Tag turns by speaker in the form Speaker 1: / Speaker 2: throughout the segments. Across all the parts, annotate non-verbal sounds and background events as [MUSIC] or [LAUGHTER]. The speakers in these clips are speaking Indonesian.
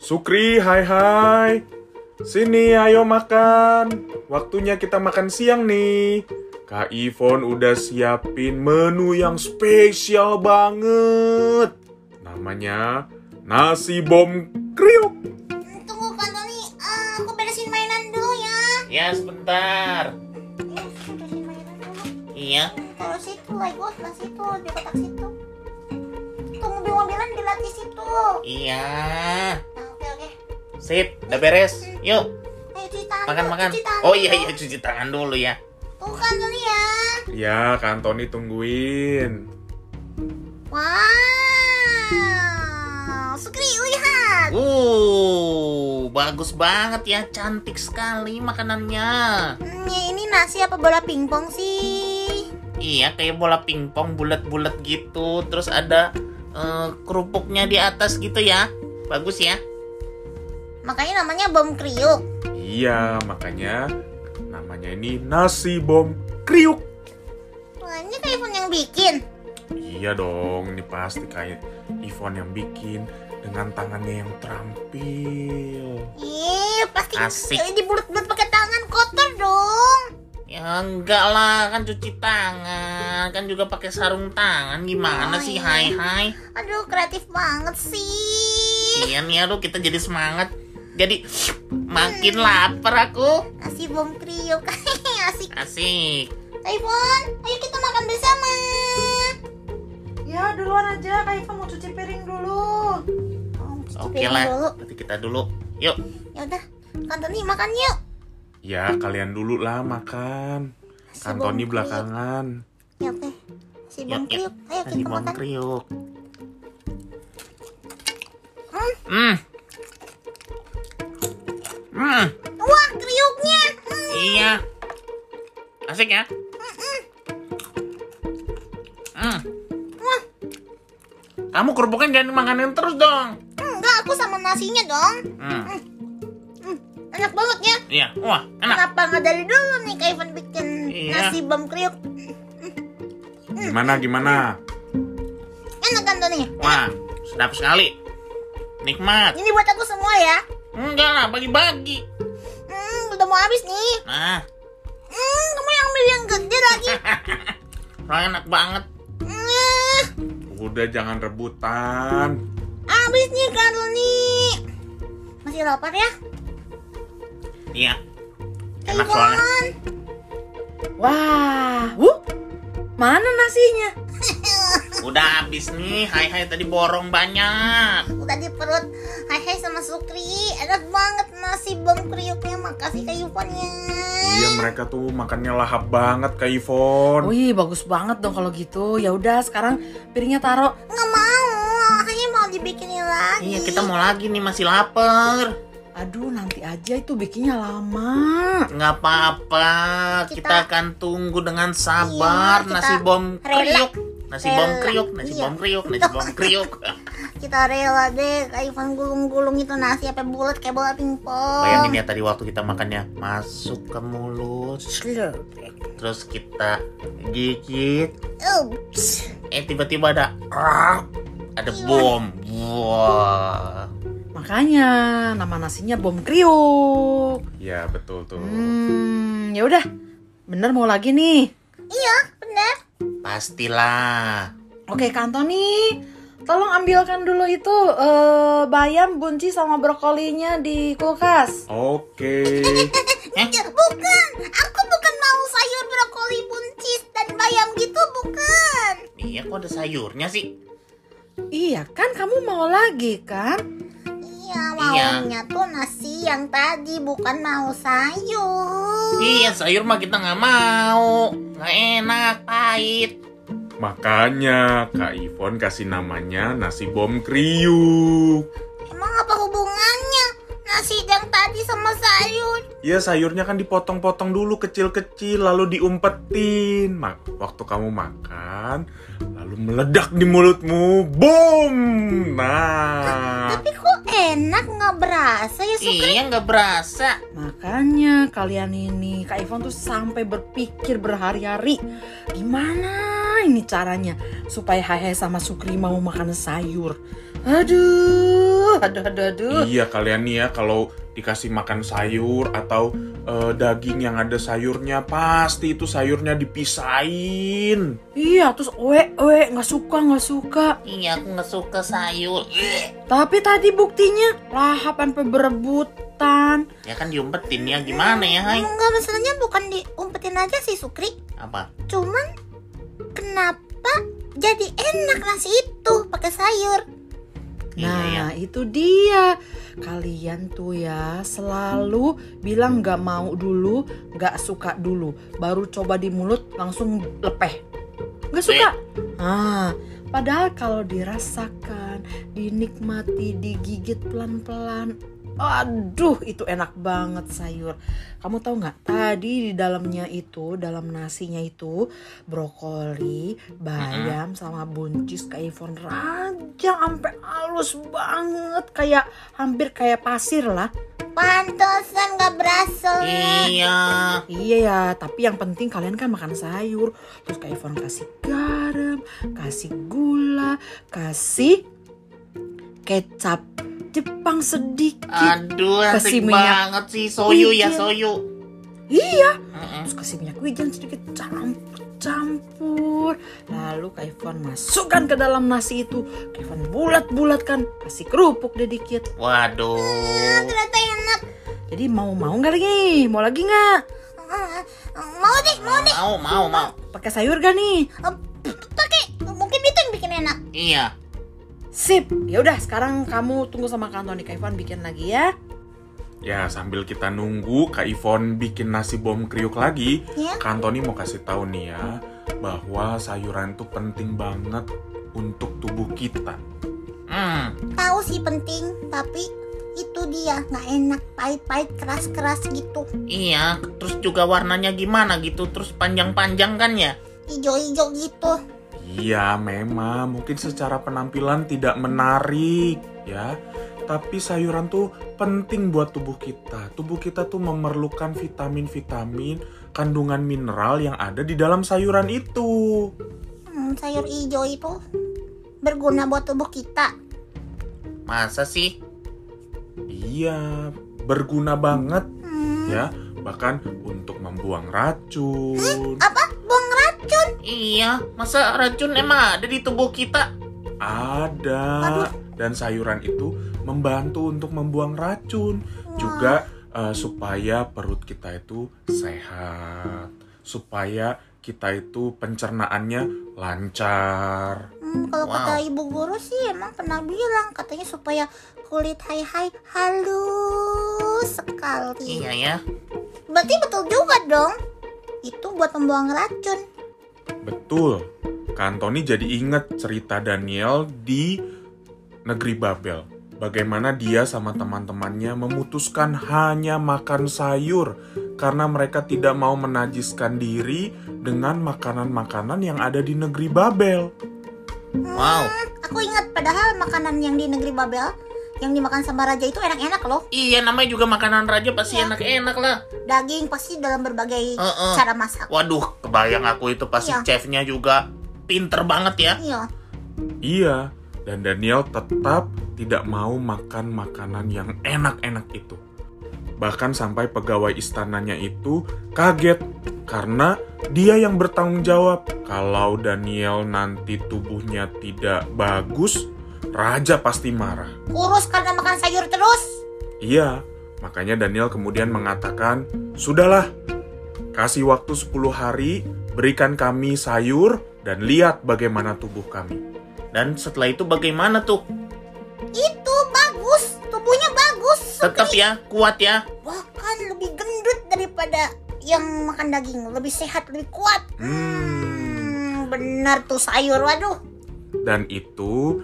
Speaker 1: Sukri, hai hai. Sini, ayo makan. Waktunya kita makan siang nih. Kak Ivon udah siapin menu yang spesial banget. Namanya nasi bom kriuk.
Speaker 2: Hmm, Tunggu Kak Antoni, Eh, aku beresin mainan dulu ya.
Speaker 3: Ya sebentar.
Speaker 2: Hmm, Beresin mainan dulu.
Speaker 3: Iya.
Speaker 2: Hmm, Taruh situ, Lego sebelah situ, di kotak situ. Tuh mobil-mobilan dilatih situ.
Speaker 3: Iya.
Speaker 2: Nah, oke oke.
Speaker 3: Sip, udah beres. Yuk,
Speaker 2: Ayo cuci tangan.
Speaker 3: makan
Speaker 2: dulu,
Speaker 3: makan.
Speaker 2: cuci tangan
Speaker 3: Oh iya
Speaker 2: dulu.
Speaker 3: iya cuci tangan dulu ya.
Speaker 2: Tuh Kak Antoni ya.
Speaker 1: Ya, Kak Antoni tungguin.
Speaker 2: Wow. Sukri, lihat.
Speaker 3: Uh, bagus banget ya, cantik sekali makanannya.
Speaker 2: Hmm, ya ini nasi apa bola pingpong sih?
Speaker 3: Iya, kayak bola pingpong bulat-bulat gitu. Terus ada eh, kerupuknya di atas gitu ya. Bagus ya.
Speaker 2: Makanya namanya bom kriuk.
Speaker 1: Iya, makanya namanya ini nasi bom kriuk.
Speaker 2: Wah, ini kayak Ivan yang bikin.
Speaker 1: Iya dong, ini pasti kayak Ivon yang bikin dengan tangannya yang terampil.
Speaker 2: Ih, pasti
Speaker 3: Asik.
Speaker 2: di bulat-bulat pakai tangan kotor dong.
Speaker 3: Ya enggak lah, kan cuci tangan, kan juga pakai sarung tangan.
Speaker 2: Oh,
Speaker 3: Gimana sih,
Speaker 2: iya.
Speaker 3: hai hai.
Speaker 2: Aduh, kreatif banget sih.
Speaker 3: Iya nih aduh kita jadi semangat. Jadi makin
Speaker 2: Hmm.
Speaker 3: lapar aku.
Speaker 2: Nasi bom kriuk. [LAUGHS] Asik.
Speaker 3: Asik.
Speaker 2: Ivan, ayo kita makan bersama.
Speaker 4: Ya duluan aja, Kak Ivan mau cuci piring dulu.
Speaker 2: Oh, cuci
Speaker 3: Oke
Speaker 2: piring dulu.
Speaker 3: lah. Berarti kita dulu. Yuk.
Speaker 2: Ya udah, Kantoni makan yuk.
Speaker 1: Ya, kalian dulu lah makan.
Speaker 2: Nasi bom
Speaker 1: Kantoni
Speaker 2: kriuk.
Speaker 1: belakangan.
Speaker 2: Ya oke. Nasi bom
Speaker 3: Yuk, yuk.
Speaker 2: kriuk. Ayo
Speaker 3: Tadi
Speaker 2: kita
Speaker 3: bom
Speaker 2: makan.
Speaker 3: ya. kriuk.
Speaker 2: Hmm.
Speaker 3: Hmm. Hmm.
Speaker 2: Wah, kriuknya. Hmm.
Speaker 3: Iya. Asik ya. Hmm.
Speaker 2: Wah,
Speaker 3: Kamu kerupuknya jangan makanin terus dong.
Speaker 2: Hmm, enggak aku sama nasinya dong.
Speaker 3: Hmm.
Speaker 2: Hmm, enak banget ya.
Speaker 3: Iya. Wah enak.
Speaker 2: Kenapa nggak dari dulu nih Kak Ivan bikin
Speaker 3: Iya.
Speaker 2: nasi bom kriuk?
Speaker 1: Gimana gimana?
Speaker 2: Enak kan Tony?
Speaker 3: Wah sedap sekali. Nikmat.
Speaker 2: Ini buat aku semua ya.
Speaker 3: Enggak lah bagi-bagi.
Speaker 2: Hmm, udah mau habis nih.
Speaker 3: Nah.
Speaker 2: Hmm, kamu yang ambil yang gede lagi.
Speaker 3: Wah, enak banget.
Speaker 2: Hmm,
Speaker 1: Udah jangan rebutan.
Speaker 2: habis nih Kak Tony. Masih lapar ya?
Speaker 3: Iya.
Speaker 2: Kak
Speaker 3: Enak soalnya.
Speaker 2: Ivan.
Speaker 4: Wah, wuh, mana nasinya?
Speaker 3: Udah habis nih, hai hai tadi borong banyak.
Speaker 2: udah di perut. Hai hai sama Sukri. Enak banget nasi bom kriuknya. Makasih Kak Ivan ya.
Speaker 1: Iya, mereka tuh makannya lahap banget Kak Ivon.
Speaker 4: Wih, bagus banget dong kalau gitu. Ya udah, sekarang piringnya taruh.
Speaker 2: Nggak mau. Hanya mau dibikinin lagi.
Speaker 3: Iya kita mau lagi nih masih lapar.
Speaker 4: Aduh, nanti aja itu bikinnya lama.
Speaker 3: Nggak apa-apa,
Speaker 2: Kita-
Speaker 3: kita, akan tunggu dengan sabar
Speaker 2: Iya, kita
Speaker 3: nasi bom
Speaker 2: rela.
Speaker 3: kriuk. Nasi bom
Speaker 2: Rela.
Speaker 3: kriuk, nasi
Speaker 2: Iya. Oh.
Speaker 3: bom kriuk, nasi bom
Speaker 2: [LAUGHS]
Speaker 3: kriuk.
Speaker 2: Kita rela deh Kak Ivan gulung-gulung itu nasi apa bulat kayak bola pingpong.
Speaker 3: Bayangin ya tadi waktu kita makannya masuk ke mulut, terus kita gigit,
Speaker 2: Oops.
Speaker 3: eh tiba-tiba ada
Speaker 1: Ah.
Speaker 3: ada
Speaker 2: Iya.
Speaker 3: bom. Wah.
Speaker 4: Makanya nama nasinya bom kriuk.
Speaker 1: Ya, betul tuh.
Speaker 4: Hmm, ya udah. Bener mau lagi nih.
Speaker 2: Iya, benar.
Speaker 3: Pastilah.
Speaker 4: Oke, Kak Antoni, tolong ambilkan dulu itu eh, bayam, bunci sama brokolinya di kulkas.
Speaker 1: Oke.
Speaker 3: Eh?
Speaker 2: Ya, bukan. Aku bukan mau sayur brokoli buncis dan bayam gitu, bukan.
Speaker 3: Iya kok ada sayurnya sih?
Speaker 4: Iya kan, kamu mau lagi kan?
Speaker 2: Iya, maunya tuh nasi yang tadi, bukan mau sayur.
Speaker 3: Iya sayur mah kita nggak mau, nggak enak, pahit.
Speaker 1: Makanya Kak Ivon kasih namanya nasi bom kriuk.
Speaker 2: Emang apa hubungannya nasi yang tadi sama sayur?
Speaker 1: Ya sayurnya kan dipotong-potong dulu kecil-kecil lalu diumpetin. Mak waktu kamu makan lalu meledak di mulutmu. Boom. Nah.
Speaker 2: Tapi kok enak nggak berasa ya, Sukri?
Speaker 3: Iya nggak berasa.
Speaker 4: Makanya kalian ini, Kak Ivan tuh sampai berpikir berhari-hari, gimana ini caranya supaya Hai Hai sama Sukri mau makan sayur. Aduh, aduh, aduh, aduh.
Speaker 1: Iya kalian nih ya kalau dikasih makan sayur atau eh, daging yang ada sayurnya pasti itu sayurnya dipisahin.
Speaker 4: Iya, terus oe, oe, nggak suka, nggak suka.
Speaker 3: Iya, aku nggak suka sayur. Ih,
Speaker 4: Tapi tadi buktinya lahap sampai berebutan.
Speaker 3: Ya kan diumpetin ya, gimana ya, Hai?
Speaker 2: Enggak masalahnya bukan diumpetin aja sih Sukri
Speaker 3: Apa?
Speaker 2: Cuman kenapa jadi enak nasi itu pakai sayur
Speaker 3: Iya, ya.
Speaker 4: Nah, itu dia. Kalian tuh ya selalu bilang nggak mau dulu, nggak suka dulu, baru coba di mulut langsung lepeh. Nggak suka. Ah, padahal kalau dirasakan, dinikmati, digigit pelan-pelan, Aduh, itu enak banget sayur. Kamu tahu nggak? Tadi di dalamnya itu, dalam nasinya itu brokoli, bayam, sama buncis kayak iPhone rajang sampai halus banget, kayak hampir kayak pasir lah.
Speaker 2: Pantesan gak berasa
Speaker 3: Iya.
Speaker 4: Iya ya, tapi yang penting kalian kan makan sayur. Terus kayak iPhone kasih garam, kasih gula, kasih kecap Jepang sedikit.
Speaker 3: Aduh, asik
Speaker 4: Kasih minyak
Speaker 3: banget sih soyu ya,
Speaker 4: wijen.
Speaker 3: soyu.
Speaker 4: Iya.
Speaker 3: Mm-mm.
Speaker 4: terus kasih minyak wijen sedikit campur campur lalu kaifon masukkan ke dalam nasi itu kaifon bulat bulatkan kasih kerupuk deh dikit
Speaker 3: Waduh.
Speaker 2: Ternyata enak
Speaker 4: jadi mau mau nggak lagi mau lagi nggak
Speaker 2: Eh, Mau deh mau deh
Speaker 3: Mau, mau, mau.
Speaker 4: pakai sayur gak nih
Speaker 2: Eh, Pakai mungkin itu yang bikin enak
Speaker 3: Iya.
Speaker 4: sip ya udah sekarang kamu tunggu sama kantor nih kaifon bikin lagi ya
Speaker 1: Ya sambil kita nunggu Kak Ivon bikin nasi bom kriuk lagi,
Speaker 2: Ya.
Speaker 1: Kak Antoni mau kasih tahu nih ya bahwa sayuran tuh penting banget untuk tubuh kita.
Speaker 3: Hmm.
Speaker 2: Tahu sih penting tapi itu dia nggak enak pahit-pahit keras-keras gitu
Speaker 3: Iya, terus juga warnanya gimana gitu, terus panjang-panjang kan ya?
Speaker 2: Ijo-ijo gitu
Speaker 1: Iya, memang mungkin secara penampilan tidak menarik ya. Tapi sayuran tuh penting buat tubuh kita. Tubuh kita tuh memerlukan vitamin-vitamin, kandungan mineral yang ada di dalam sayuran itu.
Speaker 2: Hmm, sayur ijo itu berguna buat tubuh kita.
Speaker 3: Masa sih?
Speaker 1: Iya, berguna banget
Speaker 2: Hmm.
Speaker 1: ya. Bahkan untuk membuang racun.
Speaker 2: Apa? Buang racun?
Speaker 3: Iya, masa racun emang ada di tubuh kita?
Speaker 1: Ada. Dan sayuran itu membantu untuk membuang racun. Juga eh, supaya perut kita itu sehat. Supaya kita itu pencernaannya lancar.
Speaker 2: Hmm, kalau
Speaker 3: Wow.
Speaker 2: kata ibu guru sih emang pernah bilang katanya supaya kulit hai hai halus sekali.
Speaker 3: Iya ya.
Speaker 2: Berarti betul juga dong. Itu buat membuang racun.
Speaker 1: Betul. Kantoni jadi ingat cerita Daniel di negeri Babel. Bagaimana dia sama teman-temannya memutuskan hanya makan sayur karena mereka tidak mau menajiskan diri dengan makanan-makanan yang ada di negeri Babel.
Speaker 2: Hmm.
Speaker 3: Wow.
Speaker 2: Aku ingat padahal makanan yang di negeri Babel yang dimakan sama raja itu enak-enak loh.
Speaker 3: Iya, namanya juga makanan raja pasti enak-enak lah.
Speaker 2: Daging pasti dalam berbagai
Speaker 3: Heeh.
Speaker 2: cara masak.
Speaker 3: Waduh, kebayang aku itu pasti
Speaker 2: Iya.
Speaker 3: chefnya juga pinter banget ya.
Speaker 2: Iya.
Speaker 1: Iya, dan Daniel tetap tidak mau makan makanan yang enak-enak itu. Bahkan sampai pegawai istananya itu kaget karena dia yang bertanggung jawab. Kalau Daniel nanti tubuhnya tidak bagus, raja pasti marah.
Speaker 2: Kurus karena makan sayur terus.
Speaker 1: Iya, makanya Daniel kemudian mengatakan, "Sudahlah, kasih waktu 10 hari, berikan kami sayur dan lihat bagaimana tubuh kami."
Speaker 3: Dan setelah itu bagaimana tuh?
Speaker 2: itu bagus tubuhnya bagus
Speaker 3: Tetap ya, kuat ya.
Speaker 2: bahkan lebih gendut daripada yang makan daging lebih sehat lebih kuat hmm, benar tuh sayur waduh
Speaker 1: dan itu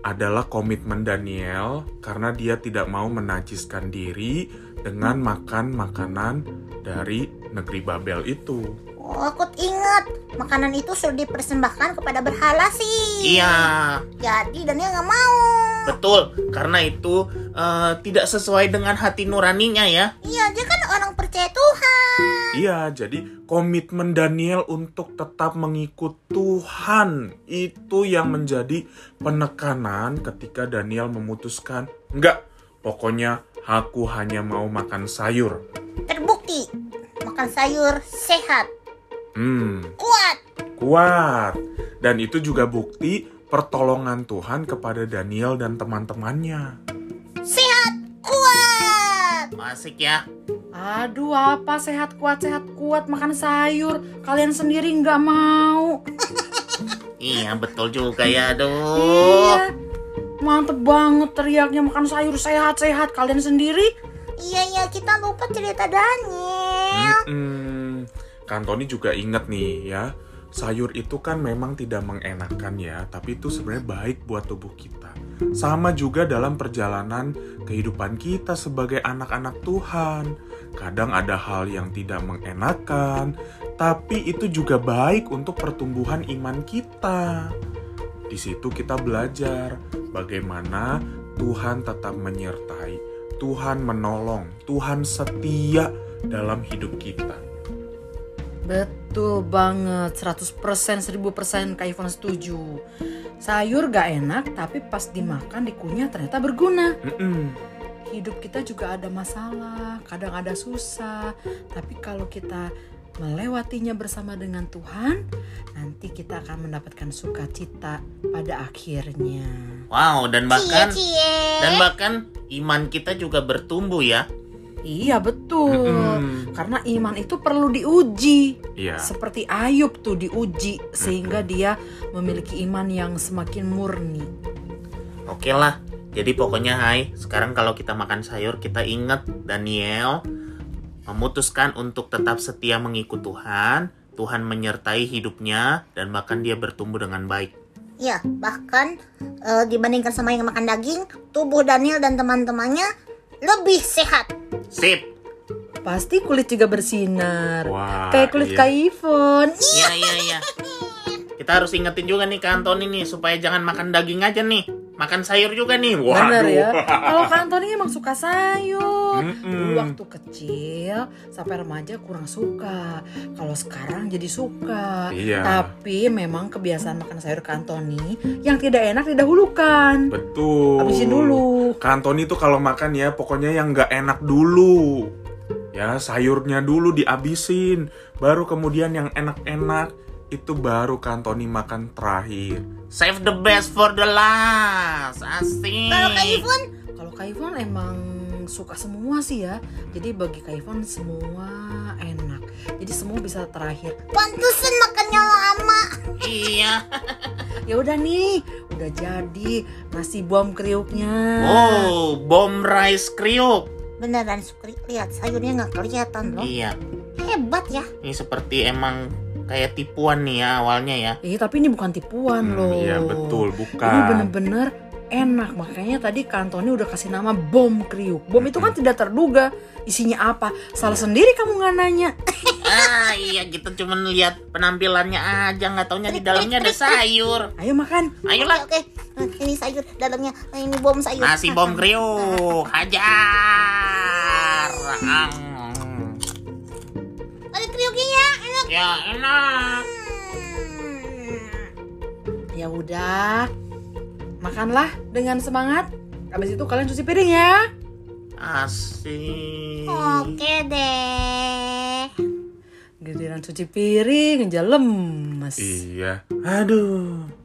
Speaker 1: adalah komitmen Daniel karena dia tidak mau menajiskan diri dengan makan makanan dari negeri Babel itu.
Speaker 2: Oh, aku ingat makanan itu sudah dipersembahkan kepada berhala sih
Speaker 3: Iya,
Speaker 2: jadi Daniel nggak mau
Speaker 3: betul. Karena itu eh, tidak sesuai dengan hati nuraninya ya.
Speaker 2: iya dia kan orang per percaya Tuhan.
Speaker 1: Iya, jadi komitmen Daniel untuk tetap mengikut Tuhan itu yang menjadi penekanan ketika Daniel memutuskan, enggak, pokoknya aku hanya mau makan sayur.
Speaker 2: Terbukti makan sayur sehat,
Speaker 1: Hmm,
Speaker 2: kuat.
Speaker 1: kuat. Dan itu juga bukti pertolongan Tuhan kepada Daniel dan teman-temannya.
Speaker 2: sehat kuat
Speaker 3: Asik ya.
Speaker 4: Aduh, apa sehat kuat sehat kuat makan sayur? Kalian sendiri nggak mau?
Speaker 3: Iya betul juga ya.
Speaker 4: Iya.
Speaker 3: Aduh.
Speaker 4: Mantep banget teriaknya makan sayur sehat sehat. Kalian sendiri?
Speaker 2: iya iya kita lupa cerita Daniel
Speaker 1: Hmm, Kantoni juga ingat nih ya, sayur itu kan memang tidak mengenakan ya, tapi itu sebenarnya baik buat tubuh kita. Sama juga dalam perjalanan kehidupan kita sebagai anak-anak Tuhan. Kadang ada hal yang tidak mengenakan, tapi itu juga baik untuk pertumbuhan iman kita. Di situ kita belajar bagaimana Tuhan tetap menyertai, Tuhan menolong, Tuhan setia dalam hidup kita.
Speaker 4: Betul banget, 100% 1000% Kak Ivan setuju Sayur gak enak, tapi pas dimakan, dikunyah ternyata berguna
Speaker 1: Mm-mm.
Speaker 4: Hidup kita juga ada masalah, kadang ada susah Tapi kalau kita melewatinya bersama dengan Tuhan Nanti kita akan mendapatkan sukacita pada akhirnya
Speaker 3: Wow dan
Speaker 2: cie
Speaker 3: bahkan
Speaker 2: cie
Speaker 3: dan bahkan iman kita juga bertumbuh ya.
Speaker 4: Iya betul
Speaker 1: Mm-mm.
Speaker 4: Karena iman itu perlu diuji
Speaker 1: Iya.
Speaker 4: Seperti Ayub tuh diuji Sehingga dia memiliki iman yang semakin murni
Speaker 3: Oke lah. Jadi pokoknya Hai, sekarang kalau kita makan sayur kita ingat Daniel memutuskan untuk tetap setia mengikut Tuhan. Tuhan menyertai hidupnya dan bahkan dia bertumbuh dengan baik.
Speaker 2: ya bahkan eh, dibandingkan sama yang makan daging tubuh Daniel dan teman-temannya lebih sehat
Speaker 3: Sip.
Speaker 4: Pasti kulit juga bersinar.
Speaker 1: Wah,
Speaker 4: Kayak kulit
Speaker 1: iya.
Speaker 4: Kak Ivon.
Speaker 3: Iya iya iya. Kita harus ingetin juga nih ke Anton ini supaya jangan makan daging aja nih. Makan sayur juga nih. Wah.
Speaker 4: Bener
Speaker 1: Waduh.
Speaker 4: ya. Kalau Kak Antoni emang suka sayur.
Speaker 1: Mm-mm.
Speaker 4: Dulu waktu kecil sampai remaja kurang suka. Kalau sekarang jadi suka.
Speaker 1: Iya.
Speaker 4: Tapi memang kebiasaan makan sayur Kak Antoni yang tidak enak didahulukan.
Speaker 1: Betul.
Speaker 4: Habisin dulu.
Speaker 1: Kantoni tuh kalau makan ya pokoknya yang nggak enak dulu. Ya sayurnya dulu dihabisin, baru kemudian yang enak-enak itu baru Kantoni makan terakhir.
Speaker 3: Save the best for the last. Asik.
Speaker 2: kalau Kak
Speaker 4: gitu.
Speaker 2: Ifun
Speaker 4: Kalau Kak Ivon emang suka semua sih ya. Jadi bagi Kak Ivon semua enak. Jadi semua bisa terakhir.
Speaker 2: pantesan makannya lama
Speaker 3: Iya.
Speaker 4: Ya udah nih, udah jadi nasi bom kriuknya.
Speaker 3: Oh, bom rice kriuk.
Speaker 2: beneran Sukri lihat sayurnya nggak kelihatan
Speaker 4: Oh.
Speaker 2: loh
Speaker 3: Iya.
Speaker 2: hebat ya
Speaker 3: Ini seperti emang kayak tipuan nih ya awalnya ya.
Speaker 4: Iya, tapi ini bukan tipuan
Speaker 1: Hmm,
Speaker 4: loh.
Speaker 1: Iya betul, bukan.
Speaker 4: Ini bener-bener enak makanya tadi kantoni udah kasih nama bom kriuk bom itu kan tidak terduga isinya apa salah sendiri kamu nggak nanya
Speaker 3: Ah, iya kita cuman lihat penampilannya aja nggak taunya di dalamnya ada sayur.
Speaker 4: ayo makan
Speaker 3: Ayolah.
Speaker 2: oke oke ini sayur dalamnya nah, ini bom sayur
Speaker 3: Nasi bom kriuk. Hajar. Ang.
Speaker 2: ada kriuknya ya enak
Speaker 3: Ya enak.
Speaker 2: Hmm.
Speaker 4: ya udah makanlah dengan semangat habis itu kalian cuci piring ya
Speaker 3: Asik.
Speaker 2: oke deh
Speaker 4: giliran cuci piring aja lemes
Speaker 1: Iya. Aduh.